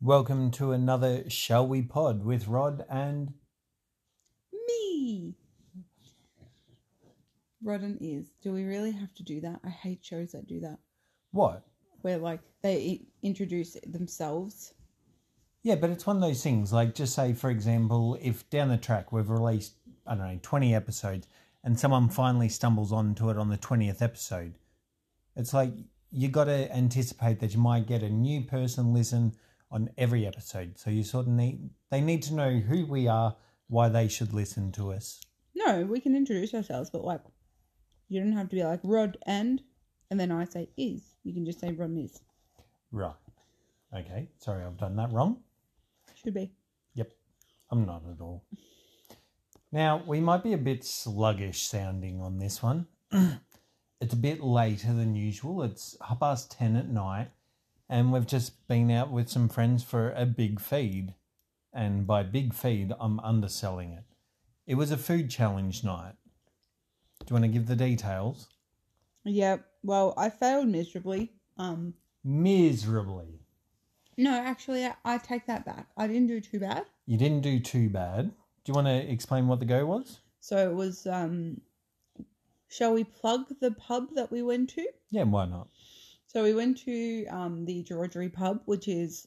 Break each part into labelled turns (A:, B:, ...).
A: Welcome to another Shall We Pod with Rod and
B: Me. Rodden is. Do we really have to do that? I hate shows that do that.
A: what?
B: Where like they i- introduce themselves.
A: Yeah, but it's one of those things. Like, just say, for example, if down the track we've released, I don't know, 20 episodes and someone finally stumbles onto it on the 20th episode, it's like you got to anticipate that you might get a new person listen on every episode. So you sort of need, they need to know who we are, why they should listen to us.
B: No, we can introduce ourselves, but like you don't have to be like Rod and and then I say is. You can just say Rodden is.
A: Right. Okay. Sorry, I've done that wrong.
B: Should be.
A: I'm not at all. Now, we might be a bit sluggish sounding on this one. it's a bit later than usual. It's half past 10 at night, and we've just been out with some friends for a big feed. And by big feed, I'm underselling it. It was a food challenge night. Do you want to give the details?
B: Yep. Well, I failed miserably. Um
A: Miserably.
B: no, actually I, I take that back. I didn't do too bad.
A: You didn't do too bad. Do you want to explain what the go was?
B: So it was um shall we plug the pub that we went to?
A: Yeah, why not?
B: So we went to um, the Georgery pub, which is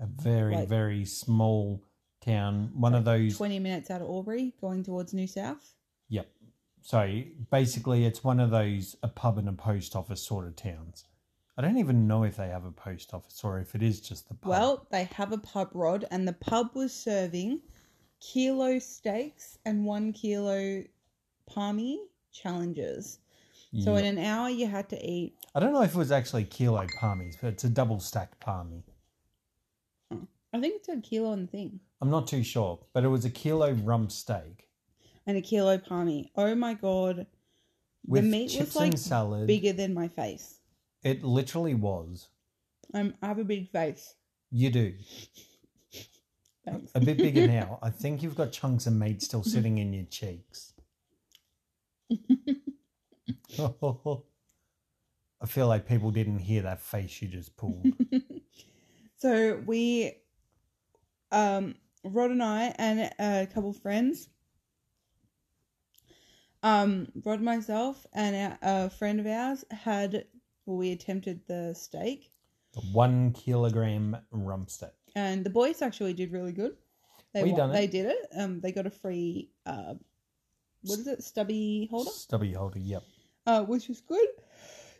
A: a very
B: Like-
A: very small town one of those
B: 20 minutes out of Albury going towards New South.
A: so basically it's one of those a pub and a post office sort of towns i don't even know if they have a post office or if it is just the pub
B: Well, they have a pub rod, and the pub was serving kilo steaks and one kilo palmy challenges. So
A: Yeah.
B: in an hour, you had to eat.
A: i don't know if it was actually kilo palmies but it's a double stacked palmy
B: I think it said kilo on the thing.
A: i'm not too sure but it was a kilo rump steak
B: And a kilo palmy. Oh my god.
A: with
B: the meat
A: chips
B: was like
A: and salad
B: bigger than my face.
A: it literally was
B: Um, I have a big face.
A: you do
B: Thanks.
A: a bit bigger now i think you've got chunks of meat still sitting in your cheeks I feel like people didn't hear that face you just pulled.
B: So we, um, Rod and I and a couple friends, um, Rod myself and a, a friend of ours had well, we attempted the steak,
A: The one kilogram rump steak.
B: and the boys actually did really good. They
A: We
B: wa-
A: done it.
B: They did it. Um, they got a free uh, what is it, stubby holder,
A: Stubby holder, yep.
B: uh, which was good.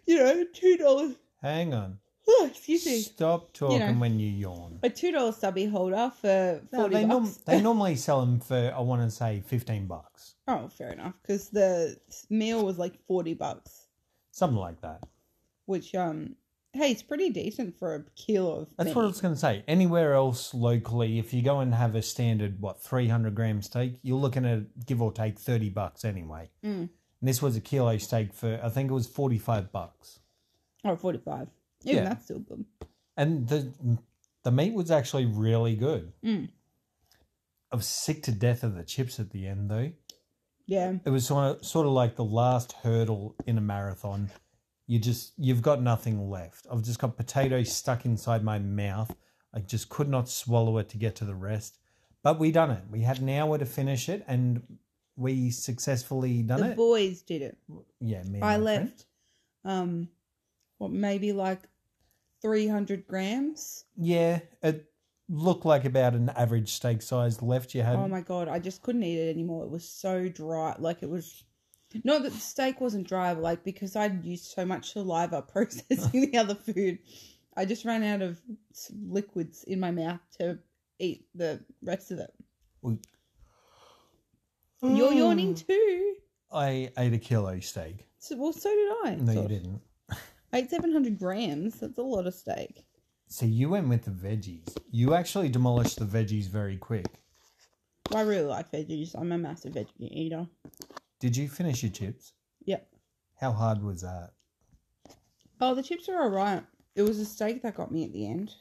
B: You know, two dollars. oh,
A: Hang on.
B: excuse me,
A: Stop talking
B: know.
A: when you yawn.
B: a two dollar stubby holder for
A: No,
B: forty
A: they, norm-
B: bucks.
A: they normally sell them for, I want to say, 15 bucks.
B: Oh, fair enough. Because the meal was like forty bucks,
A: Something like that.
B: which um, hey, it's pretty decent for a kilo of.
A: That's
B: meat.
A: what I was going to say. Anywhere else locally, if you go and have a standard, what, 300 gram steak, you're looking at give or take 30 bucks anyway.
B: Mm.
A: And this was a kilo steak for, I think it was 45 bucks.
B: Oh, 45. Even
A: Yeah.
B: that's still good.
A: and the the meat was actually really good.
B: Mm.
A: I was sick to death of the chips at the end, though.
B: Yeah,
A: It was sort of sort of like the last hurdle in a marathon. You just you've got nothing left. I've just got potatoes stuck inside my mouth. I just could not swallow it to get to the rest. But we done it. We had an hour to finish it, and we successfully done
B: the
A: it.
B: boys did it.
A: yeah, me. and my
B: I left,
A: friend.
B: um, what maybe like three hundred grams.
A: Yeah, it looked like about an average steak size left. You had
B: oh my god, I just couldn't eat it anymore. It was so dry. Like it was. Not that the steak wasn't dry, but like because I'd used so much saliva processing the other food, I just ran out of s- liquids in my mouth to eat the rest of it. You're
A: mm.
B: yawning too.
A: I ate a kilo steak.
B: So, well, so did I.
A: No, you
B: Sort of.
A: didn't.
B: I ate 700 grams. That's a lot of steak.
A: So you went with the veggies. You actually demolished the veggies very quick.
B: Well, I really like veggies. I'm a massive veggie eater.
A: Did you finish your chips?
B: Yep.
A: How hard was that?
B: Oh, the chips are alright. It was the steak that got me at the end.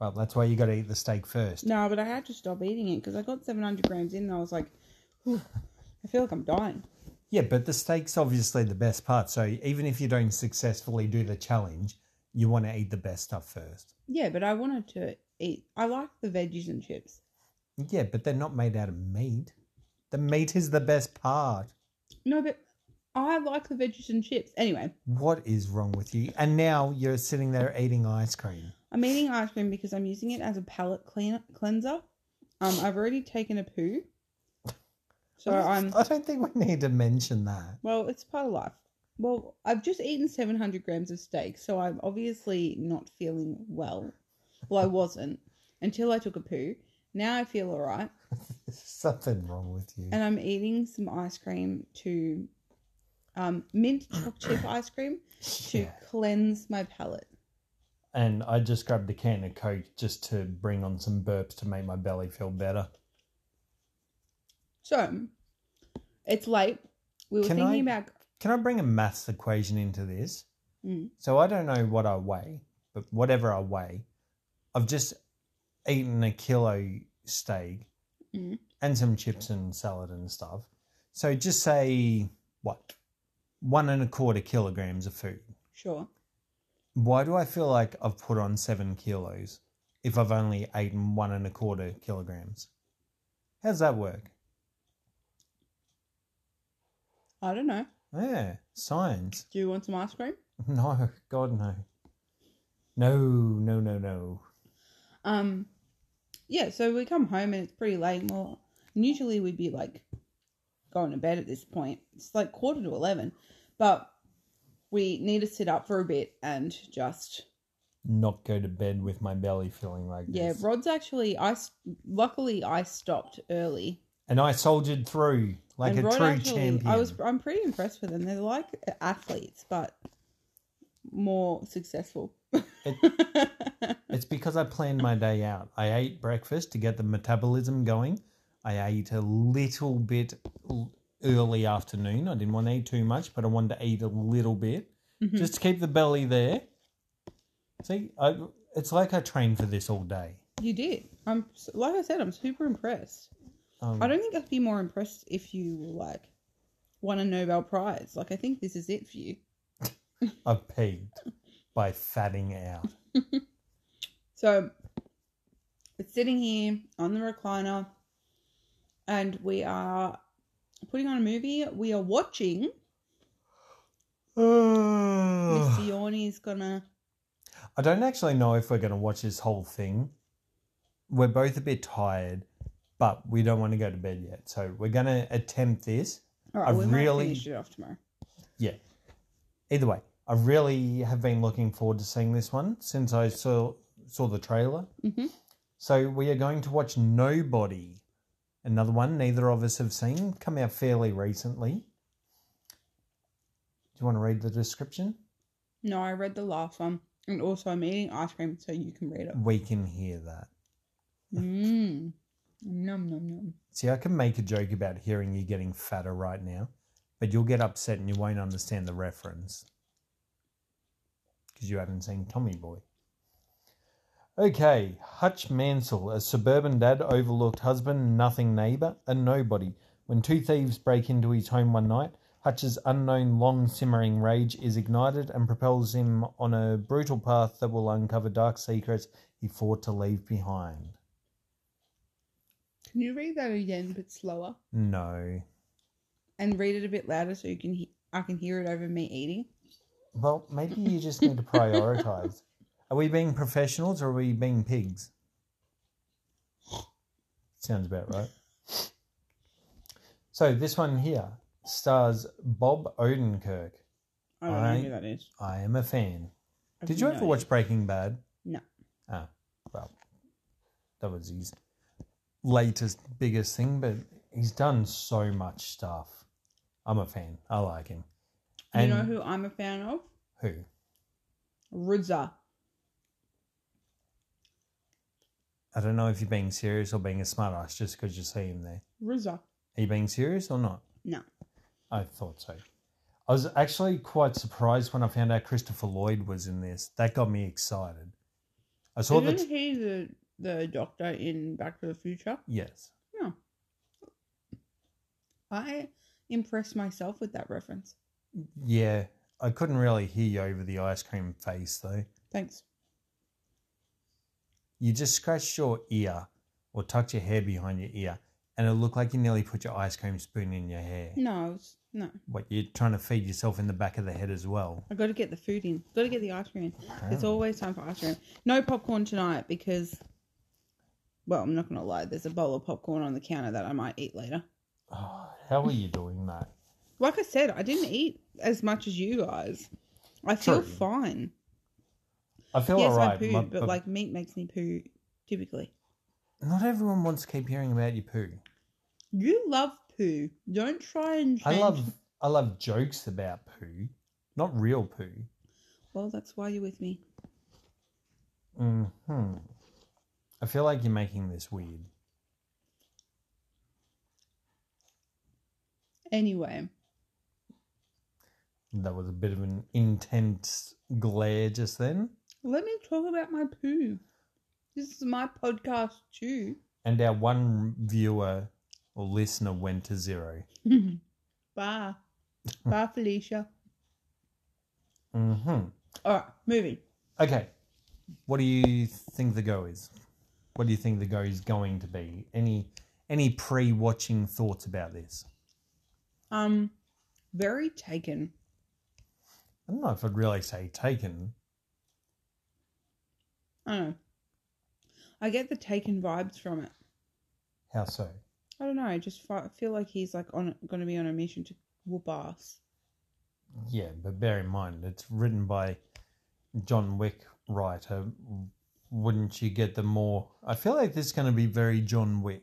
A: Well, that's why you got to eat the steak first.
B: No, but I had to stop eating it because I got 700 grams in and I was like, "Whew, I feel like I'm dying.
A: Yeah, but the steak's obviously the best part. So even if you don't successfully do the challenge, you want to eat the best stuff first.
B: Yeah, but I wanted to eat. I like the veggies and chips.
A: Yeah, but they're not made out of meat. The meat is the best part.
B: No, but I like the veggies and chips. Anyway,
A: What is wrong with you? And now you're sitting there eating ice cream.
B: I'm eating ice cream because I'm using it as a palate clean- cleanser. Um, I've already taken a poo, so
A: I don't-
B: I'm
A: I don't think we need to mention that.
B: Well, it's part of life. Well, I've just eaten 700 grams of steak, so I'm obviously not feeling well. Well, I wasn't until I took a poo. Now I feel all right,
A: There's something wrong with you.
B: and I'm eating some ice cream to um, mint choc chip ice cream to
A: Yeah.
B: cleanse my palate.
A: And I just grabbed a can of Coke just to bring on some burps to make my belly feel better.
B: So it's late. We were
A: Can
B: thinking
A: I-
B: about
A: Can I bring a maths equation into this?
B: Mm.
A: So I don't know what I weigh, but whatever I weigh, I've just eaten a kilo steak
B: Mm.
A: and some chips and salad and stuff. So just say what? One and a quarter kilograms of food.
B: sure.
A: Why do I feel like I've put on seven kilos if I've only eaten one and a quarter kilograms? How's that work?
B: I don't know.
A: Yeah, science.
B: Do you want some ice cream?
A: No, God, no. No, no, no, no.
B: Um, yeah, so we come home and it's pretty late. and Well, and usually we'd be like going to bed at this point. It's like quarter to 11, but we need to sit up for a bit and just,
A: Not go to bed with my belly feeling like
B: yeah,
A: this.
B: Rod's actually, I, s- luckily I stopped early.
A: And I soldiered through like
B: and
A: a
B: Rod
A: true
B: actually,
A: champion.
B: I was, I'm pretty impressed with them. They're like athletes, but more successful.
A: It's because I planned my day out. I ate breakfast to get the metabolism going. I ate a little bit l- early afternoon. I didn't want to eat too much, but I wanted to eat a little bit
B: Mhm.
A: just to keep the belly there. See, I, it's like I trained for this all day.
B: you did. I'm, like I said, I'm super impressed.
A: Um,
B: I don't think I'd be more impressed if you like won a Nobel Prize. Like I think this is it for you.
A: I've peaked by fatting out.
B: So it's sitting here on the recliner and we are putting on a movie. We are watching Mr. Yorney's gonna
A: I don't actually know if we're going to watch this whole thing. We're both a bit tired, but we don't want to go to bed yet. So we're going to attempt this. I
B: Alright, we
A: really-
B: might finish it off tomorrow.
A: Either way, I really have been looking forward to seeing this one since I saw saw the trailer.
B: Mhm.
A: So we are going to watch Nobody, another one neither of us have seen, come out fairly recently. Do you want to read the description?
B: No, I read the last one. And also I'm eating ice cream so you can read it.
A: We can hear that.
B: Mmm. Nom nom nom.
A: See, I can make a joke about hearing you getting fatter right now, but you'll get upset and you won't understand the reference because you haven't seen Tommy Boy. Okay, Hutch Mansell, a suburban dad, overlooked husband, nothing neighbor, a nobody. When two thieves break into his home one night, Hutch's unknown, long simmering rage is ignited and propels him on a brutal path that will uncover dark secrets he fought to leave behind.
B: Can you read that again but slower?
A: No.
B: And read it a bit louder so you can he- I can hear it over me eating.
A: Well, maybe you just need to prioritize. Are we being professionals or are we being pigs? Sounds about right. So this one here stars Bob Odenkirk.
B: I don't
A: I-
B: know who that is.
A: I am a fan.
B: I've
A: Did you
B: no
A: ever watch
B: idea.
A: Breaking Bad?
B: No.
A: Ah, well, that was his latest biggest thing, but he's done so much stuff. I'm a fan. I like him.
B: You know who I'm a fan of?
A: who?
B: Rudza.
A: I don't know if you're being serious or being a smartass just because you see him there.
B: Rudza.
A: Are you being serious or not?
B: No.
A: I thought so. I was actually quite surprised when I found out Christopher Lloyd was in this. That got me excited. I saw
B: Isn't
A: that.
B: he the, the doctor in Back to the Future?
A: yes.
B: I impressed myself with that reference.
A: Yeah. I couldn't really hear you over the ice cream face, though.
B: Thanks.
A: You just scratched your ear or tucked your hair behind your ear, and it looked like you nearly put your ice cream spoon in your hair.
B: No, it's- no.
A: What you're trying to feed yourself in the back of the head as well.
B: I got to get the food in. Got to get the ice cream in. It's
A: Oh.
B: always time for ice cream. No popcorn tonight because, well, I'm not gonna lie. There's a bowl of popcorn on the counter that I might eat later.
A: Oh, how are you doing that?
B: Like I said, I didn't eat as much as you guys. I feel
A: True.
B: fine.
A: I feel
B: yes,
A: alright,
B: I poo,
A: my-
B: but, like meat makes me poo. Typically,
A: not everyone wants to keep hearing about your poo.
B: you love poo. Don't try and.
A: I
B: change-
A: love I love jokes about poo, not real poo.
B: Well, that's why you're with me.
A: Hmm. I feel like you're making this weird.
B: Anyway,
A: That was a bit of an intense glare just then.
B: let me talk about my poo. This is my podcast too.
A: And our one viewer or listener went to zero.
B: Bye. Bye, Felicia.
A: hmm
B: All right, moving.
A: Okay. What do you think the go is? What do you think the go is going to be? Any any pre-watching thoughts about this?
B: Um, very taken.
A: I don't know if I'd really say taken.
B: I don't know. I get the taken vibes from it.
A: How so?
B: I don't know. I just fi- feel like he's like on going to be on a mission to whoop ass.
A: Yeah, but bear in mind it's written by John Wick writer. Wouldn't you get the more? I feel like this is going to be very John Wick.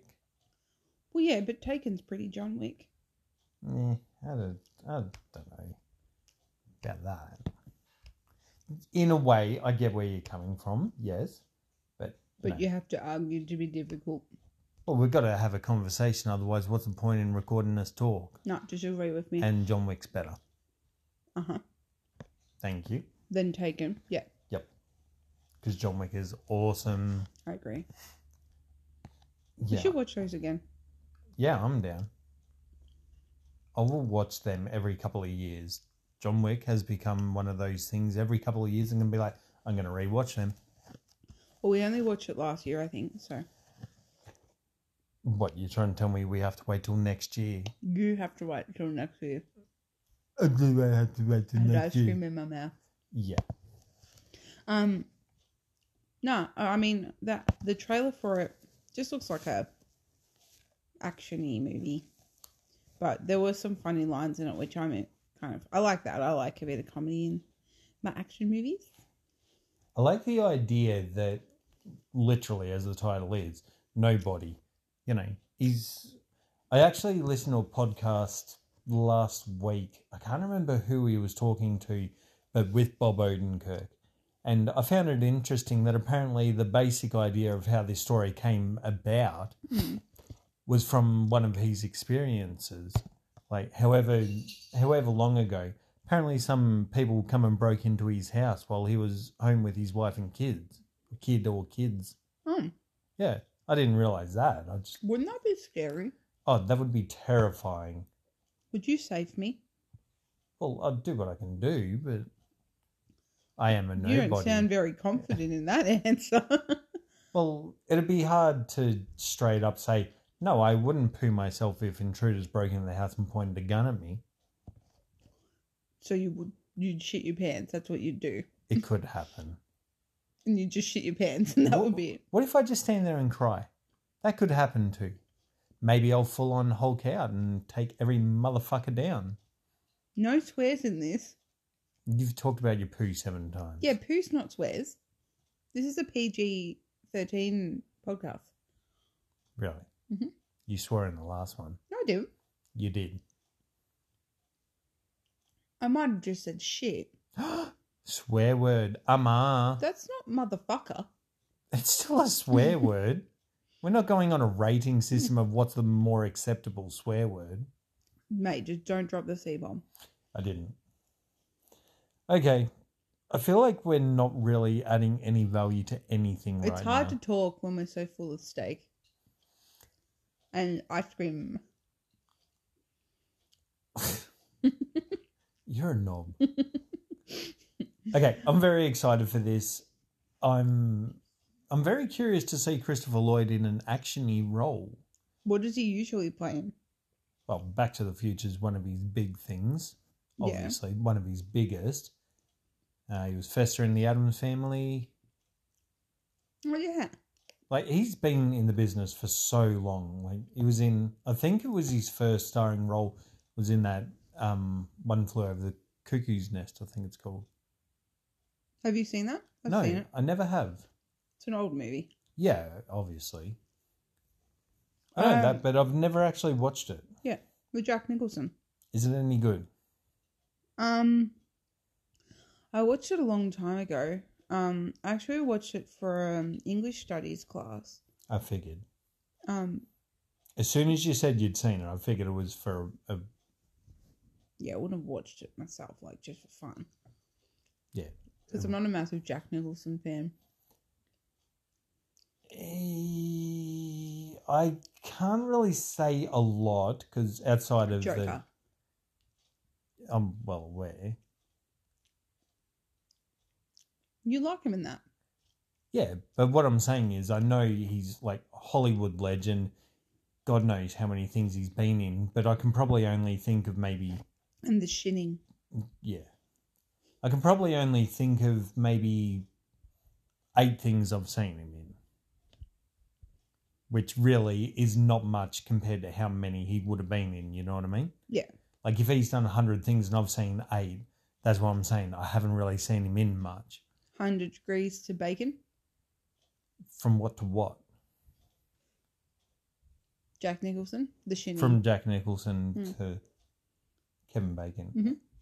B: Well, yeah, but Taken's pretty John Wick.
A: Eh, I don't, I don't know about that. In a way, I get where you're coming from. Yes, but
B: But
A: no.
B: you have to argue to be difficult.
A: Well, we've got to have a conversation. Otherwise, what's the point in recording us talk?
B: Not just agree with me.
A: And John Wick's better.
B: Uh huh.
A: Thank you,
B: Then Taken. Yeah,
A: because John Wick is awesome.
B: I agree. You
A: Yeah,
B: should watch those again.
A: yeah, I'm down. I will watch them every couple of years. John Wick has become one of those things. Every couple of years, I'm gonna be like, I'm gonna rewatch them.
B: Well, we only watched it last year, I think. So
A: What you're trying to tell me? We have to wait till next year.
B: you have to wait till next year.
A: I do I have to wait till
B: And ice
A: next year.
B: cream in my mouth.
A: Yeah,
B: Um, no, I mean that the trailer for it just looks like a actiony movie, but there were some funny lines in it, which I'm kind of I like that. I like a bit of comedy in my action movies.
A: I like the idea that, literally, as the title is, nobody. You know, he's. I actually listened to a podcast last week. I can't remember who he was talking to, but with Bob Odenkirk. And I found it interesting that apparently the basic idea of how this story came about was from one of his experiences. Like however however long ago. Apparently some people come and broke into his house while he was home with his wife and kids. Kid or kids.
B: Hmm.
A: Yeah. I didn't realise that. I just
B: Wouldn't that be scary?
A: oh that would be terrifying.
B: Would you save me?
A: Well, I'll do what I can do, but I am a nobody.
B: You don't sound very confident in that answer.
A: Well, it'd be hard to straight up say, no, I wouldn't poo myself if intruders broke into the house and pointed a gun at me.
B: so you would you'd shit your pants. That's what you'd do,
A: It could happen.
B: and you'd just shit your pants, and that would be it.
A: What if I just stand there and cry? That could happen too. Maybe I'll full on Hulk out and take every motherfucker down.
B: No swears in this.
A: You've talked about your poo seven times.
B: Yeah, poo's not swears. This is a PG thirteen podcast.
A: Really?
B: Mhm.
A: You swore in the last one.
B: No, I didn't.
A: You did.
B: I might have just said shit.
A: Swear word. Ama.
B: That's not motherfucker.
A: It's still a swear word. We're not going on a rating system of what's the more acceptable swear word.
B: Mate, just don't drop the C bomb.
A: I didn't. Okay. I feel like we're not really adding any value to anything right
B: it's hard
A: now.
B: to talk when we're so full of steak and ice cream.
A: You're a knob. okay, I'm very excited for this. I'm I'm very curious to see Christopher Lloyd in an actiony role.
B: What does he usually play in?
A: Well, Back to the Future is one of his big things, obviously one of his biggest. Uh, he was Fester in the Adams Family.
B: Yeah. Oh, yeah.
A: Like he's been in the business for so long. Like he was in, I think it was his first starring role was in that um, one flew over the cuckoo's nest. I think it's called.
B: Have you seen that? I've
A: no,
B: seen it.
A: I never have.
B: It's an old movie.
A: Yeah, obviously. I know
B: Um,
A: that, but I've never actually watched it.
B: with Jack Nicholson.
A: Is it any good?
B: Um, I watched it a long time ago. Um, I actually watched it for um English studies class.
A: I figured.
B: Um,
A: As soon as you said you'd seen it, I figured it was for a.
B: yeah, I wouldn't have watched it myself, like just for fun.
A: Yeah. Um,
B: Because I'm not a massive Jack Nicholson fan.
A: Eh, I can't really say a lot because outside of
B: Joker.
A: the. I'm well aware.
B: You like him in that.
A: Yeah, but what I'm saying is, I know he's like a Hollywood legend. God knows how many things he's been in, but I can probably only think of maybe
B: And the shinning.
A: yeah, I can probably only think of maybe eight things I've seen him in, which really is not much compared to how many he would have been in. You know what I mean?
B: Yeah.
A: Like if he's done hundred things and I've seen eight, that's what I'm saying. I haven't really seen him in much.
B: 100 Degrees to Bacon.
A: From what to what?
B: Jack Nicholson. The shinning.
A: from Jack Nicholson
B: Mm.
A: to Kevin Bacon.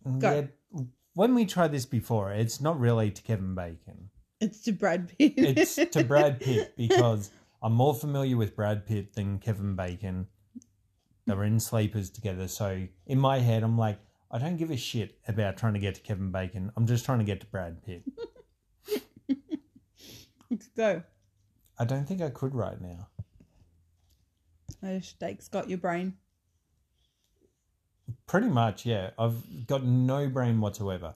B: Mhm.
A: Mm,
B: Go.
A: Yeah, when we tried this before, it's not really to Kevin Bacon.
B: It's to Brad Pitt.
A: It's to Brad Pitt because I'm more familiar with Brad Pitt than Kevin Bacon. They were in sleepers together, so in my head, I'm like, I don't give a shit about trying to get to Kevin Bacon. I'm just trying to get to Brad Pitt.
B: Go.
A: I don't think I could right now.
B: Those steaks got your brain.
A: Pretty much, yeah. I've got no brain whatsoever.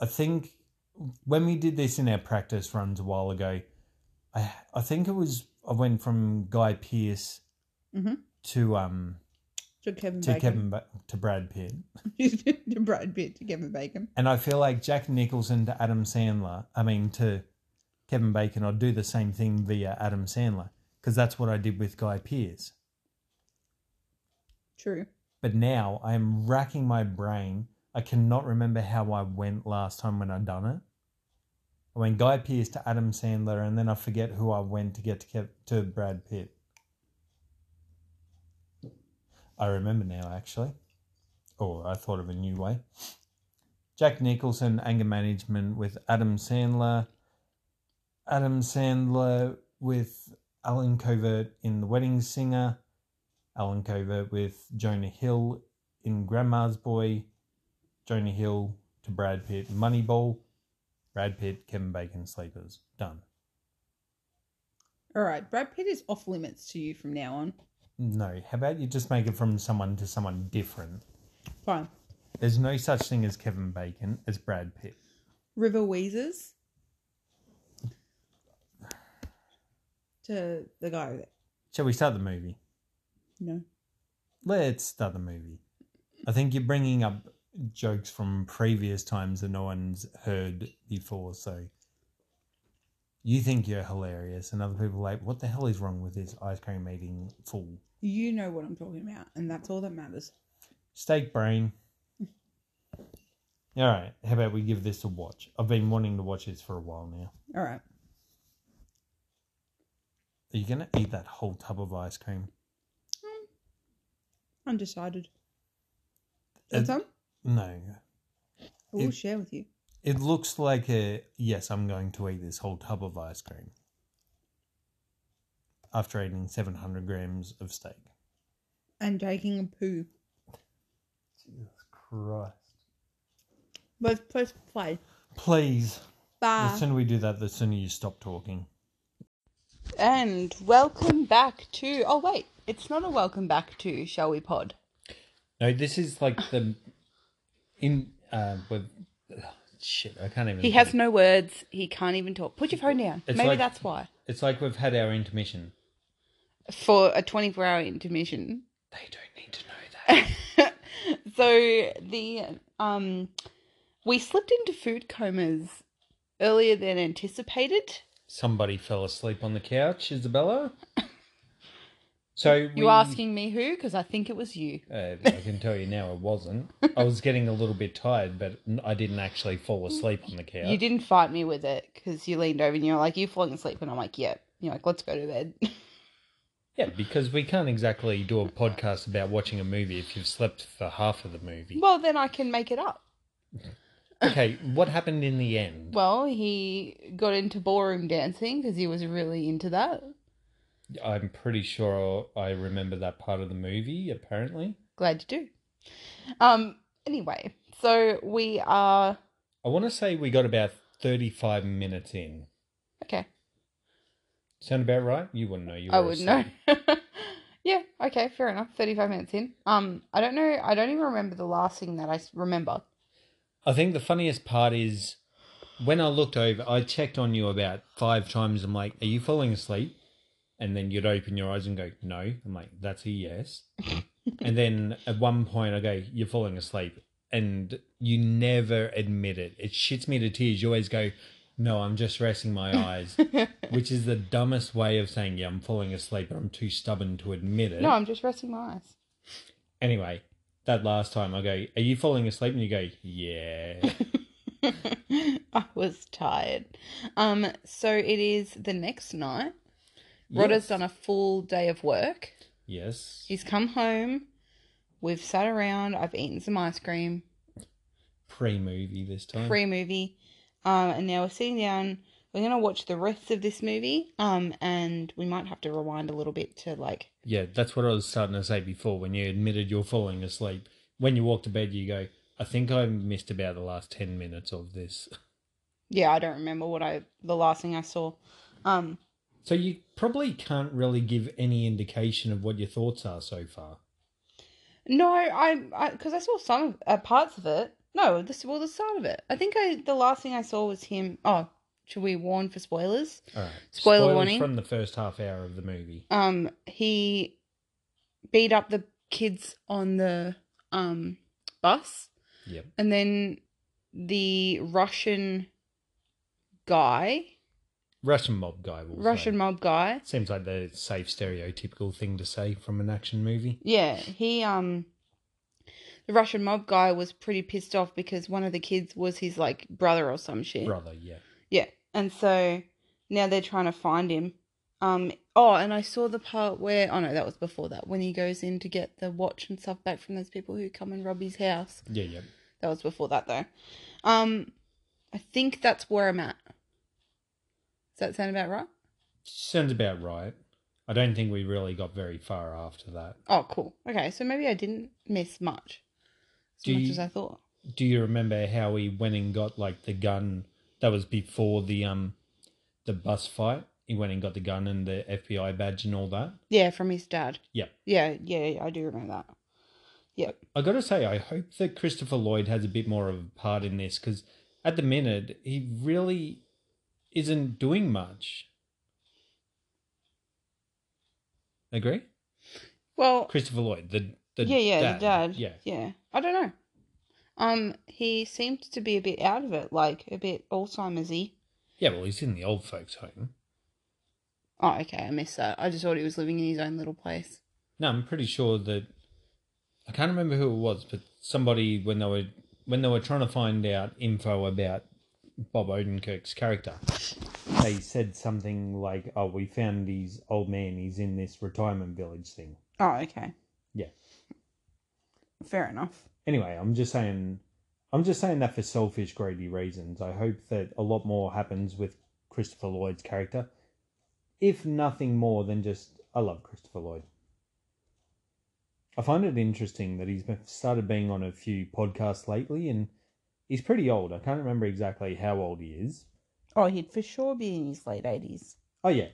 A: I think when we did this in our practice runs a while ago, I I think it was I went from Guy Pearce
B: Mhm.
A: to um
B: To Kevin
A: to
B: Bacon.
A: Kevin ba- to Brad Pitt,
B: to Brad Pitt to Kevin Bacon.
A: and I feel like Jack Nicholson to Adam Sandler. I mean to Kevin Bacon, I'd do the same thing via Adam Sandler because that's what I did with Guy Pearce.
B: True.
A: but now I am racking my brain. I cannot remember how I went last time when I done it. I went Guy Pearce to Adam Sandler, and then I forget who I went to get to, Kev- to Brad Pitt. I remember now, actually. Or I thought of a new way. Jack Nicholson, anger management with Adam Sandler. Adam Sandler with Alan Covert in The Wedding Singer. Alan Covert with Jonah Hill in Grandma's Boy, Jonah Hill to Brad Pitt, in Moneyball, Brad Pitt, Kevin Bacon, Sleepers. Done.
B: All right, Brad Pitt is off limits to you from now on.
A: No, how about you just make it from someone to someone different?
B: Fine.
A: There's no such thing as Kevin Bacon, as Brad Pitt.
B: River Weezers to the guy with it.
A: Shall we start the movie?
B: No.
A: Let's start the movie. I think you're bringing up jokes from previous times that no one's heard before, so you think you're hilarious, and other people are like, what the hell is wrong with this ice cream eating fool?
B: You know what I'm talking about, and that's all that matters.
A: Steak brain. All right, how about we give this a watch? I've been wanting to watch this for a while now.
B: All right.
A: Are you going to eat that whole tub of ice cream?
B: Undecided.
A: It-
B: That's some?
A: Uh, No.
B: I will
A: it-
B: share with you.
A: It looks like a yes, I'm going to eat this whole tub of ice cream after eating 700 grams of steak.
B: And taking a poo.
A: Jesus Christ.
B: Let's press play.
A: Please, the
B: Bye.
A: sooner we do that, the sooner you stop talking.
B: And welcome back to. Oh, wait. It's not a welcome back to Shall We Pod.
A: No, this is like the in uh, with Shit, I can't even.
B: He
A: think.
B: has no words. He can't even talk. Put your phone down.
A: It's
B: Maybe
A: like-
B: that's why.
A: It's like we've had our intermission.
B: For a 24 hour intermission.
A: They don't need to know that.
B: so the um we slipped into food comas earlier than anticipated.
A: Somebody fell asleep on the couch, Isabella. So
B: You asking me who? Because I think it was you.
A: Uh, I can tell you now, it wasn't. I was getting a little bit tired, but n- I didn't actually fall asleep on the couch.
B: You didn't fight me with it because you leaned over and you're like, "You falling asleep?" And I'm like, "Yep." You're like, "Let's go to bed."
A: Yeah, because we can't exactly do a podcast about watching a movie if you've slept for half of the movie.
B: well, then I can make it up.
A: Okay, what happened in the end?
B: Well, he got into ballroom dancing because he was really into that.
A: I'm pretty sure I remember that part of the movie, apparently.
B: Glad you do. Um. Anyway, so we are
A: I want to say we got about 35 minutes in.
B: okay.
A: Sound about right? You wouldn't know. You
B: I
A: were
B: would know.
A: asleep.
B: yeah, okay, fair enough. 35 minutes in. Um, I don't know. I don't even remember the last thing that I s- remember.
A: I think the funniest part is when I looked over, I checked on you about five times. I'm like, are you falling asleep? And then you'd open your eyes and go, no. I'm like, that's a yes. and then at one point, I go, you're falling asleep. And you never admit it. It shits me to tears. You always go, no, I'm just resting my eyes, which is the dumbest way of saying, yeah, I'm falling asleep, but I'm too stubborn to admit it.
B: No, I'm just resting my eyes.
A: Anyway, that last time, I go, are you falling asleep? And you go, yeah.
B: I was tired. Um, so it is the next night. Rod has
A: Yes.
B: done a full day of work.
A: Yes.
B: He's come home. We've sat around. I've eaten some ice cream.
A: pre movie this time.
B: Free movie. Um, and now we're sitting down. We're gonna watch the rest of this movie. Um, and we might have to rewind a little bit to like
A: yeah, that's what I was starting to say before when you admitted you're falling asleep. When you walk to bed, you go, I think I missed about the last 10 minutes of this.
B: Yeah, I don't remember what I the last thing I saw. Um,
A: So you probably can't really give any indication of what your thoughts are so far.
B: no, I I because I, saw some of, uh, parts of it. No, this well the start of it. I think I the last thing I saw was him. Oh, should we warn for spoilers?
A: All right.
B: Spoiler
A: Spoilers
B: warning.
A: from the first half hour of the movie.
B: Um, he beat up the kids on the um bus,
A: Yep.
B: and then the Russian guy,
A: Russian mob guy. Will
B: Russian mob guy,
A: Seems like the safe stereotypical thing to say from an action movie.
B: Yeah, he um the Russian mob guy was pretty pissed off because one of the kids was his like brother or some shit.
A: Brother, yeah.
B: Yeah. And so now they're trying to find him. Um oh, and I saw the part where oh no, that was before that when he goes in to get the watch and stuff back from those people who come and rob his house.
A: Yeah, yeah.
B: That was before that though. Um I think that's where I'm at. Does that sound about right?
A: Sounds about right. I don't think we really got very far after that.
B: Oh, cool. Okay, so maybe I didn't miss much. As
A: Do
B: much
A: you-
B: as I thought.
A: do you remember how he went and got like the gun that was before the um the bus fight he went and got the gun and the fbi badge and all that
B: Yeah, from his dad.
A: Yep.
B: Yeah, yeah, yeah, I do remember that.
A: i gotta say i hope that christopher lloyd has a bit more of a part in this because at the minute he really isn't doing much agree
B: Well,
A: christopher lloyd the, the
B: yeah, yeah,
A: dad.
B: the dad.
A: yeah
B: yeah. I don't know. Um, he seemed to be a bit out of it, like a bit Alzheimer's-y.
A: yeah well he's in the old folks home
B: Oh, okay, I missed that. I just thought he was living in his own little place.
A: No, I'm pretty sure that I can't remember who it was, but somebody when they were when they were trying to find out info about Bob Odenkirk's character, they said something like, "Oh, we found his old man. He's in this retirement village thing."
B: Oh, okay.
A: Yeah.
B: Fair enough.
A: Anyway, I'm just saying, I'm just saying that for selfish, greedy reasons. I hope that a lot more happens with Christopher Lloyd's character, if nothing more than just I love Christopher Lloyd. I find it interesting that he's been- started being on a few podcasts lately, and he's pretty old. I can't remember exactly how old he is.
B: Oh, he'd for sure be in his late eighties.
A: Oh yeah.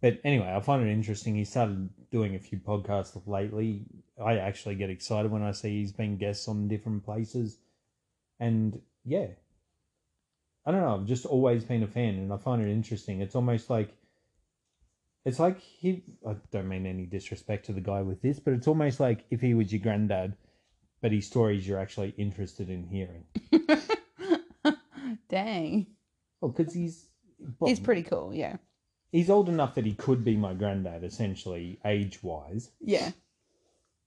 A: But anyway, I find it interesting. He started doing a few podcasts lately. I actually get excited when I see he's been guests on different places, and yeah. I don't know. I've just always been a fan, and I find it interesting. It's almost like, it's like he. I don't mean any disrespect to the guy with this, but it's almost like if he was your granddad, but his stories you're actually interested in hearing.
B: Dang.
A: Well, because he's
B: He's pretty cool, yeah.
A: he's old enough that he could be my granddad, essentially age wise.
B: Yeah.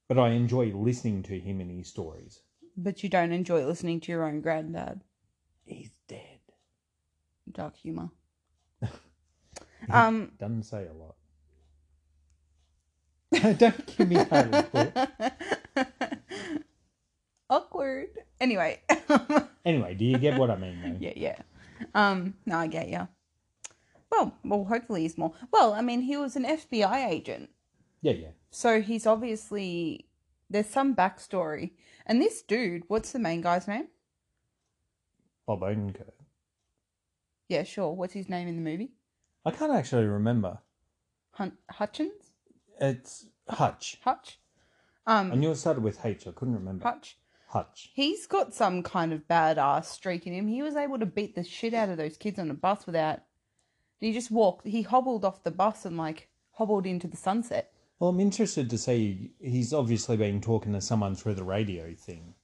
A: But I enjoy listening to him and his stories.
B: But you don't enjoy listening to your own granddad.
A: He's dead.
B: Dark humor.
A: Yeah.
B: Um
A: Doesn't say a lot. don't give me that look.
B: Awkward. Anyway.
A: Anyway, do you get what I mean? Though?
B: yeah, yeah. Um, no, I get ya. Well, well, hopefully he's more. Well, I mean, he was an FBI agent,
A: yeah, yeah.
B: so he's obviously there's some backstory. And this dude, what's the main guy's name?
A: Bob Odenkirk.
B: Yeah, sure. What's his name in the movie?
A: I can't actually remember.
B: Hun- Hutchins?
A: It's Hutch.
B: Hutch?
A: I
B: Um,
A: knew it started with H. I couldn't remember.
B: Hutch.
A: Hutch.
B: He's got some kind of badass streak in him. He was able to beat the shit out of those kids on a bus without. He just walked. He hobbled off the bus and like hobbled into the sunset.
A: Well, I'm interested to see. He's obviously been talking to someone through the radio thing.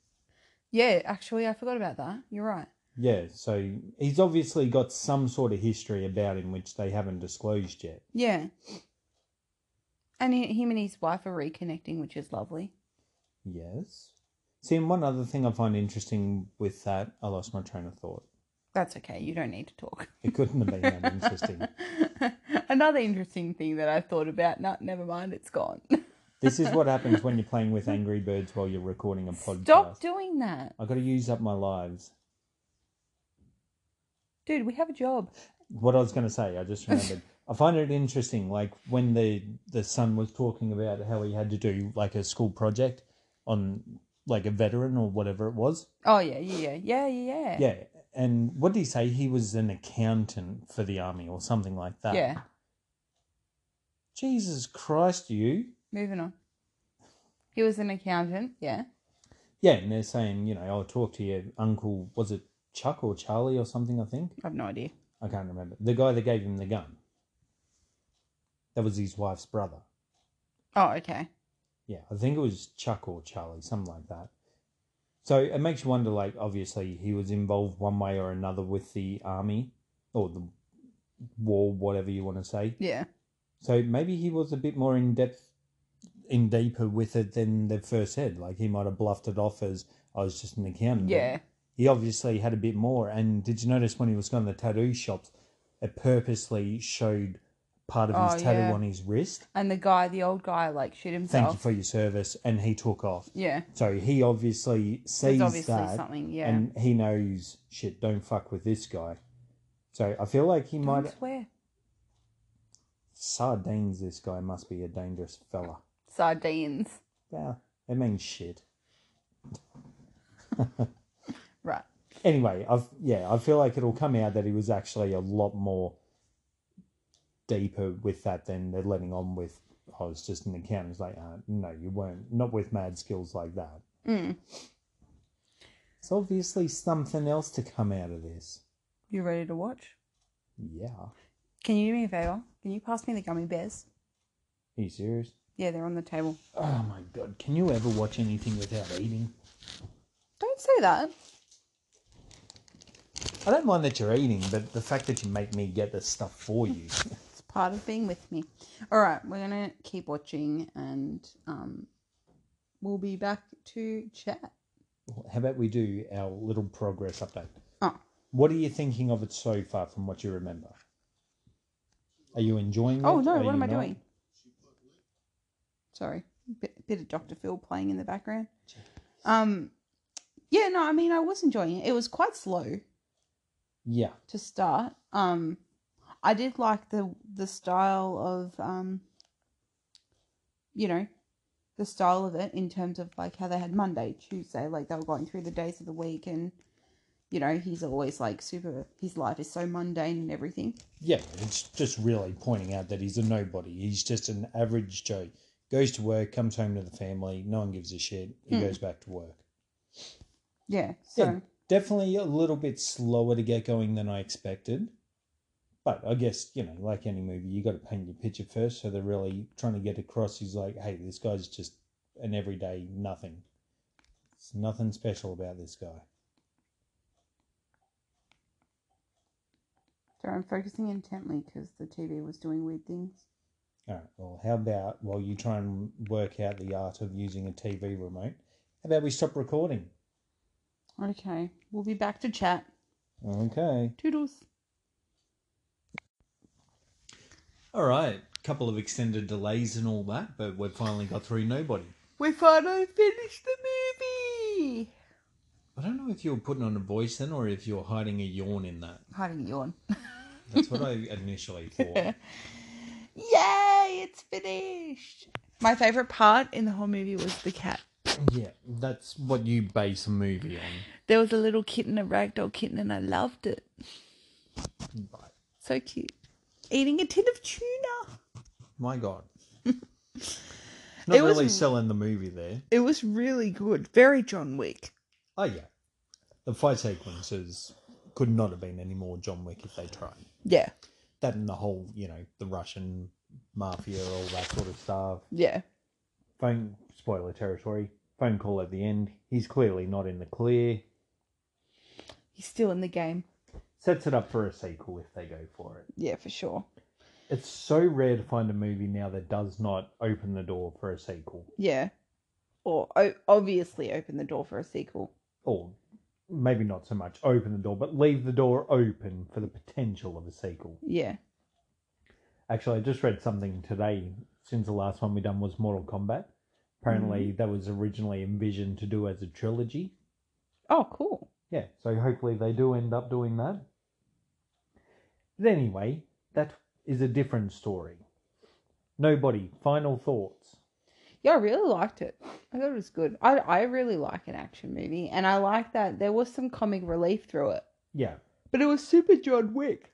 B: Yeah, actually, I forgot about that. You're right.
A: Yeah, so he's obviously got some sort of history about him which they haven't disclosed yet.
B: Yeah. And he, him and his wife are reconnecting, which is lovely.
A: Yes. See, and one other thing I find interesting with that, I lost my train of thought.
B: That's okay. You don't need to talk.
A: It couldn't have been that interesting.
B: Another interesting thing that I thought about. No, never mind. It's gone.
A: This is what happens when you're playing with Angry Birds while you're recording a podcast.
B: Stop doing that,
A: I got to use up my lives.
B: dude. We have a job.
A: What I was going to say, I just remembered. I find it interesting, like when the the son was talking about how he had to do like a school project on like a veteran or whatever it was.
B: Oh yeah, yeah, yeah, yeah, yeah,
A: Yeah, and what did he say? He was an accountant for the army or something like that.
B: Yeah.
A: Jesus Christ, you.
B: Moving on. He was an accountant. Yeah.
A: Yeah, and they're saying, you know, I'll talk to your uncle, was it Chuck or Charlie or something, I think?
B: I've no idea.
A: I can't remember. The guy that gave him the gun. That was his wife's brother.
B: Oh, okay.
A: Yeah, I think it was Chuck or Charlie, something like that. So it makes you wonder, like, obviously he was involved one way or another with the army or the war, whatever you want to say.
B: Yeah.
A: So maybe he was a bit more in depth, in deeper with it than they first said. Like he might have bluffed it off as I was just an accountant. but
B: Yeah.
A: He obviously had a bit more. And did you notice when he was going to the tattoo shops, it purposely showed part of his
B: Oh,
A: tattoo
B: yeah.
A: on his wrist.
B: And the guy, the old guy, like shit
A: Thank
B: himself.
A: you for your service. And he took off.
B: yeah.
A: So he obviously sees
B: There's obviously
A: that.
B: something. Yeah.
A: And he knows, shit, don't fuck with this guy. So I feel like he
B: Don't
A: might.
B: swear.
A: Sardines, this guy must be a dangerous fella.
B: Sardines.
A: Yeah, it means shit.
B: Right.
A: Anyway, I've yeah, I feel like it'll come out that he was actually a lot more deeper with that than they're letting on with. I was just an accountant. It's like, uh, no, you weren't. Not with mad skills like that.
B: Mm.
A: It's obviously something else to come out of this.
B: You ready to watch?
A: Yeah. Are
B: Can you do me a favor? Can you pass me the gummy bears?
A: you serious?
B: Yeah, they're on the table.
A: Oh my god, can you ever watch anything without eating?
B: Don't say that.
A: I don't mind that you're eating, but the fact that you make me get this stuff for you.
B: It's part of being with me. All right, we're gonna keep watching, and um, we'll be back to chat.
A: How about we do our little progress update?
B: Oh.
A: What are you thinking of it so far from what you remember? Are you enjoying it?
B: Oh no,
A: Are
B: what am
A: you
B: I
A: not?
B: doing? Sorry, bit, bit of Dr. Phil playing in the background. Um, yeah, no, I mean, I was enjoying it. It was quite slow
A: Yeah.
B: to start. Um, I did like the the style of um, you know, the style of it in terms of like how they had Monday, Tuesday, like they were going through the days of the week, and you know, he's always like super. His life is so mundane and everything.
A: Yeah, it's just really pointing out that he's a nobody. He's just an average Joe. Goes to work, comes home to the family, no one gives a shit, he
B: Hmm.
A: goes back to work.
B: Yeah, so
A: Yeah. Definitely a little bit slower to get going than I expected. But I guess, you know, like any movie, you got to paint your picture first. So they're really trying to get across is like, hey, this guy's just an everyday nothing. There's nothing special about this guy.
B: Sorry, I'm focusing intently because the TV was doing weird things.
A: All right. Well, how about while you try and work out the art of using a TV remote, how about we stop recording?
B: Okay, we'll be back to chat.
A: Okay.
B: Toodles.
A: All right. Couple of extended delays and all that, but we've finally got through nobody.
B: We finally finished the movie.
A: I don't know if you were putting on a voice then or if you're hiding a yawn in that.
B: Hiding a yawn.
A: That's what I initially thought.
B: Yay! It's finished. My favorite part in the whole movie was the cat.
A: Yeah, that's what you base a movie on.
B: There was a little kitten, a ragdoll kitten, and I loved it.
A: Right.
B: So cute. Eating a tin of tuna.
A: My God. Not
B: It was
A: really
B: r-
A: selling the movie there.
B: It was really good. Very John Wick.
A: Oh, yeah. The fight sequences could not have been any more John Wick if they tried.
B: Yeah.
A: That and the whole, you know, the Russian mafia, all that sort of stuff.
B: Yeah.
A: Phone, spoiler territory, phone call at the end. He's clearly not in the clear.
B: He's still in the game.
A: Sets it up for a sequel if they go for it.
B: Yeah, for sure.
A: It's so rare to find a movie now that does not open the door for a sequel.
B: Yeah. Or o- obviously open the door for a sequel.
A: or maybe not so much open the door, but leave the door open for the potential of a sequel.
B: Yeah.
A: Actually, I just read something today since the last one we done was Mortal Kombat. Apparently,
B: Mm-hmm.
A: that was originally envisioned to do as a trilogy.
B: Oh, cool.
A: Yeah, so hopefully they do end up doing that. But anyway, that is a different story. Nobody, final thoughts.
B: Yeah, I really liked it. I thought it was good. I, I really like an action movie, and I like that there was some comic relief through it.
A: Yeah,
B: But it was super John Wick.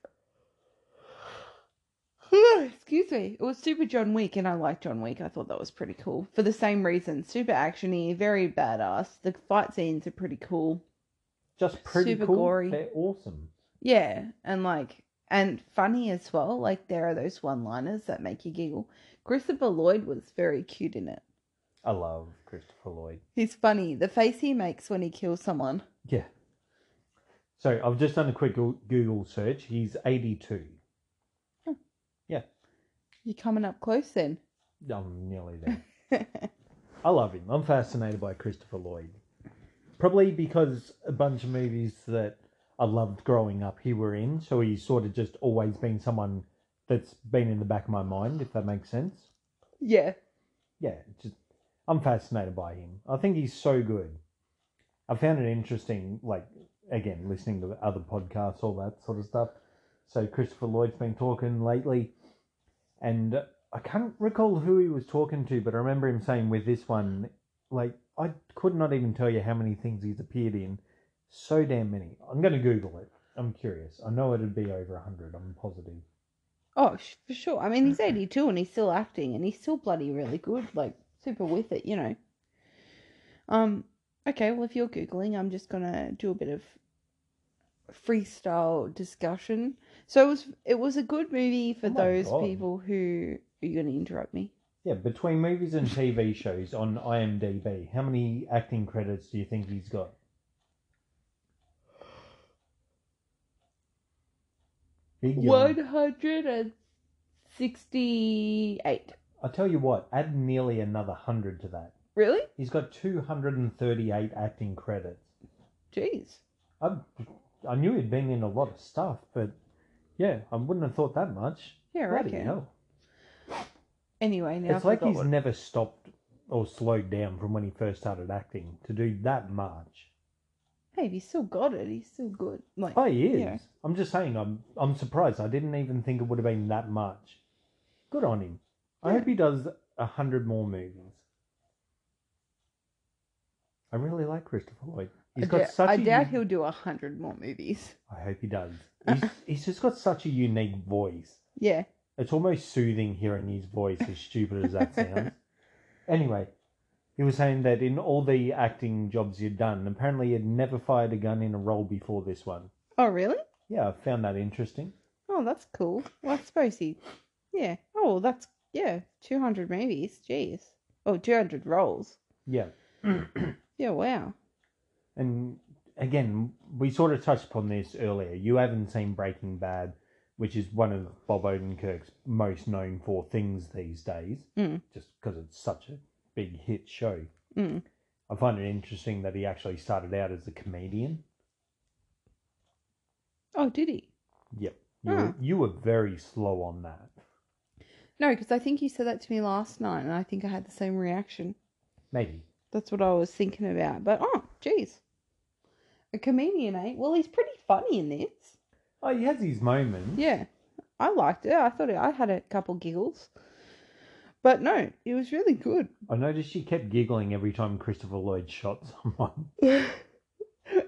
B: Excuse me. It was super John Wick, and I like John Wick. I thought that was pretty cool for the same reason. Super actiony, very badass. The fight scenes are pretty cool.
A: just pretty
B: Super
A: cool.
B: gory.
A: They're awesome.
B: Yeah, and like and funny as well. Like there are those one-liners that make you giggle. Christopher Lloyd was very cute in it.
A: I love Christopher Lloyd.
B: He's funny. The face he makes when he kills someone.
A: Yeah. So I've just done a quick Goo- Google search. He's 82.
B: You're coming up close then.
A: I'm nearly there. I love him. I'm fascinated by Christopher Lloyd. Probably because a bunch of movies that I loved growing up he were in, so he's sort of just always been someone that's been in the back of my mind, if that makes sense.
B: yeah.
A: yeah, just I'm fascinated by him. I think he's so good. I found it interesting, like again, listening to other podcasts, all that sort of stuff. So Christopher Lloyd's been talking lately, and I can't recall who he was talking to, but I remember him saying with this one, like I could not even tell you how many things he's appeared in. So damn many. I'm going to Google it. I'm curious. I know it'd be over hundred. I'm positive.
B: Oh, sh- for sure. I mean, he's 82 and he's still acting and he's still bloody really good, like super with it, you know. Um okay, well if you're googling, I'm just going to do a bit of freestyle discussion. So it was it was a good movie for
A: Oh my
B: those
A: God.
B: people who are you going to interrupt me?
A: Yeah, between movies and TV shows on IMDb, how many acting credits do you think he's got? Big yawn.
B: 168.
A: I tell you what, add nearly another hundred to that.
B: Really?
A: He's got two hundred and thirty-eight acting credits.
B: Jeez.
A: I, I knew he'd been in a lot of stuff, but yeah, I wouldn't have thought that much.
B: Yeah,
A: Bloody
B: right.
A: hell.
B: Anyway, now
A: It's
B: I
A: like
B: forgot
A: he's
B: what-
A: never stopped or slowed down from when he first started acting to do that much.
B: Hey, he's still got it. He's still good. Like
A: Oh, he is.
B: Yeah.
A: I'm just saying. I'm I'm surprised. I didn't even think it would have been that much. Good on him. I
B: Yeah.
A: hope he does a hundred more movies. I really like Christopher Lloyd. He's
B: I,
A: got
B: dou-
A: such.
B: I
A: a
B: doubt
A: u-
B: he'll do a hundred more movies.
A: I hope he does. He's, he's just got such a unique voice.
B: Yeah.
A: It's almost soothing hearing his voice, as stupid as that sounds. Anyway, He was saying that in all the acting jobs you'd done, apparently you'd never fired a gun in a role before this one.
B: Oh, really?
A: Yeah, I found that interesting.
B: Oh, that's cool. Well, I suppose he. Yeah. Oh, that's. Yeah. 200 movies. Jeez. Oh, 200 roles.
A: Yeah.
B: Yeah, wow.
A: And again, we sort of touched upon this earlier. You haven't seen Breaking Bad, which is one of Bob Odenkirk's most known for things these days,
B: Mm.
A: just because it's such a big hit show.
B: Mm.
A: I find it interesting that he actually started out as a comedian.
B: Oh, did he?
A: Yep. You,
B: Hmm.
A: were, you were very slow on that.
B: No, because I think you said that to me last night, and I think I had the same reaction.
A: Maybe.
B: That's what I was thinking about. But oh, jeez, a comedian, eh? Well, he's pretty funny in this.
A: Oh, he has his moments.
B: Yeah, I liked it. I thought it, I had a couple giggles, but no, it was really good.
A: I noticed she kept giggling every time Christopher Lloyd shot someone.
B: it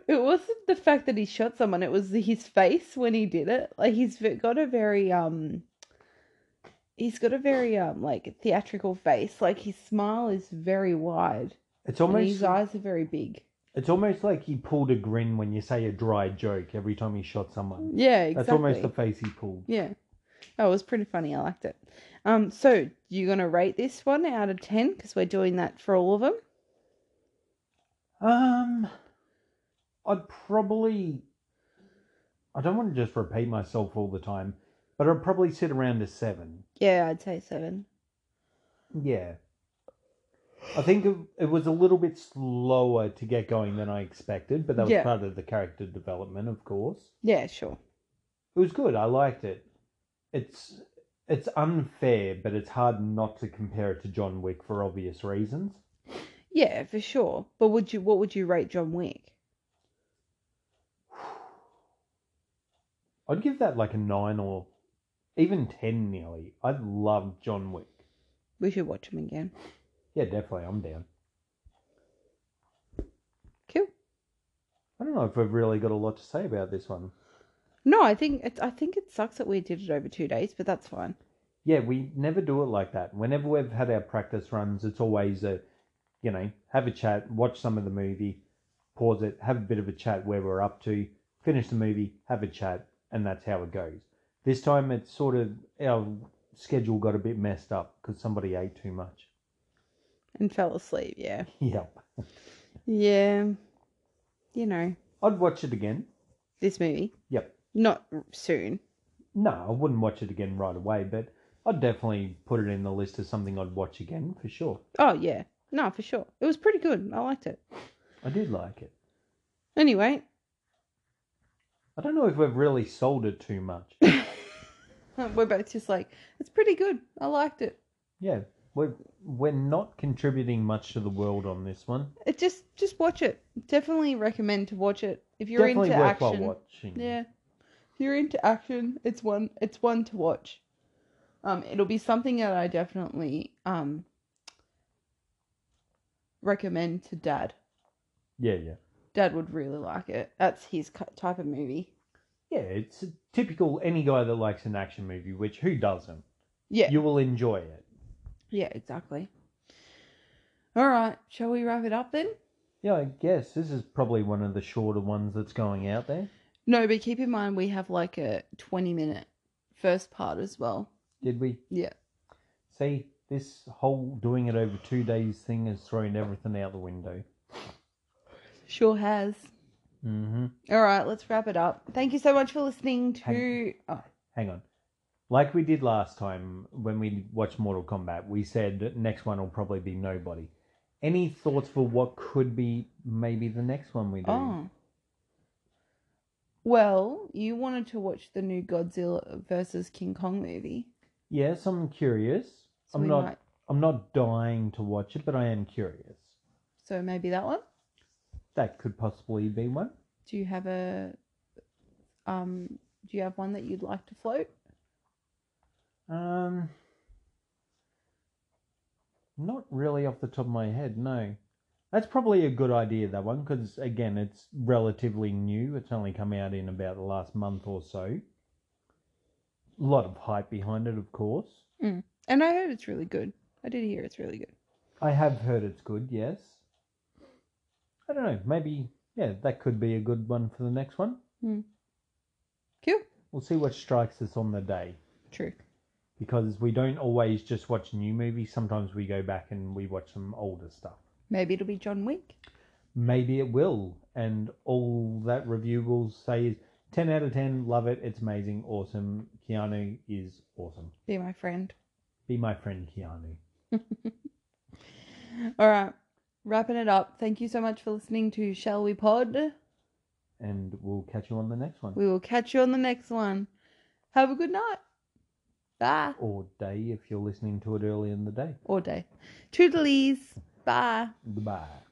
B: wasn't the fact that he shot someone; it was his face when he did it. Like he's ve- got a very um, he's got a very um like theatrical face. Like his smile is very wide.
A: It's
B: and
A: almost
B: his eyes are very big.
A: it's almost like he pulled a grin when you say a dry joke every time he shot someone.
B: Yeah, exactly.
A: That's almost the face he pulled.
B: Yeah. Oh, it was pretty funny. I liked it. Um, so you gonna rate this one out of ten because we're doing that for all of them.
A: Um, I'd probably. I don't want to just repeat myself all the time, but I'd probably sit around a seven.
B: Yeah, I'd say seven.
A: Yeah. I think it, it was a little bit slower to get going than I expected, but that was
B: Yeah.
A: part of the character development, of course.
B: Yeah, sure.
A: It was good. I liked it. It's it's unfair, but it's hard not to compare it to John Wick for obvious reasons.
B: Yeah, for sure. But would you? What would you rate John Wick?
A: I'd give that like a nine or even ten nearly. I loved John Wick.
B: We should watch him again.
A: Yeah, definitely. I'm down.
B: Cool.
A: I don't know if I've really got a lot to say about this one.
B: No, I think it, I think it sucks that we did it over two days, but that's fine.
A: Yeah, we never do it like that. Whenever we've had our practice runs, it's always a, you know, have a chat, watch some of the movie, pause it, have a bit of a chat where we're up to, finish the movie, have a chat, and that's how it goes. This time it's sort of our schedule got a bit messed up because somebody ate too much.
B: And fell asleep. Yeah.
A: Yep.
B: Yeah. You know
A: I'd watch it again.
B: this movie.
A: Yep.
B: Not r- soon.
A: No, I wouldn't watch it again right away, but I'd definitely put it in the list as something I'd watch again for sure.
B: Oh yeah. No, for sure. It was pretty good. I liked it.
A: I did like it.
B: Anyway,
A: I don't know if we've really sold it too much.
B: uh, We're both just like, it's pretty good. I liked it.
A: Yeah, we're we're not contributing much to the world on this one.
B: It just just watch it. Definitely recommend to watch it if you're
A: Definitely
B: into
A: worthwhile
B: action.
A: watching.
B: Yeah, if you're into action, it's one it's one to watch. Um, it'll be something that I definitely um recommend to Dad.
A: yeah, yeah,
B: Dad would really like it. That's his cu- type of movie.
A: yeah. It's a typical any guy that likes an action movie, which who doesn't?
B: Yeah,
A: You will enjoy it.
B: yeah, exactly. All right, shall we wrap it up then?
A: Yeah, I guess this is probably one of the shorter ones that's going out there.
B: No, but keep in mind we have like a 20 minute first part as well.
A: Did we?
B: Yeah.
A: See, this whole doing it over two days thing has thrown everything out the window.
B: Sure has.
A: Mm-hmm.
B: All right, let's wrap it up. Thank you so much for listening to.
A: Hang-
B: Oh,
A: Hang on. Like we did last time when we watched Mortal Kombat, we said next one will probably be nobody. Any thoughts for what could be maybe the next one we do?
B: oh. Well, you wanted to watch the new Godzilla versus King Kong movie.
A: Yes, I'm curious.
B: So
A: I'm
B: we
A: not
B: might-
A: I'm not dying to watch it, but I am curious.
B: So maybe that one.
A: That could possibly be one.
B: Do you have a um? Do you have one that you'd like to float?
A: Um not really off the top of my head, no. That's probably a good idea that one cuz again, it's relatively new. It's only come out in about the last month or so. A lot of hype behind it, of course.
B: And I heard it's really good. I did hear it's really good.
A: I have heard it's good, yes. I don't know. Maybe, yeah, that could be a good one for the next one.
B: Cool.
A: We'll see what strikes us on the day
B: True.
A: because we don't always just watch new movies. Sometimes we go back and we watch some older stuff.
B: Maybe it'll be John Wick.
A: Maybe it will. And all that review will say is 10 out of 10, love it, it's amazing, awesome. Keanu is awesome.
B: Be my friend.
A: Be my friend, Keanu.
B: All right. Wrapping it up. Thank you so much for listening to Shall We Pod.
A: And we'll catch you on the next one.
B: We will catch you on the next one. Have a good night. Bye.
A: or day if you're listening to it early in the day.
B: Or day. Toodles. Bye.
A: Goodbye.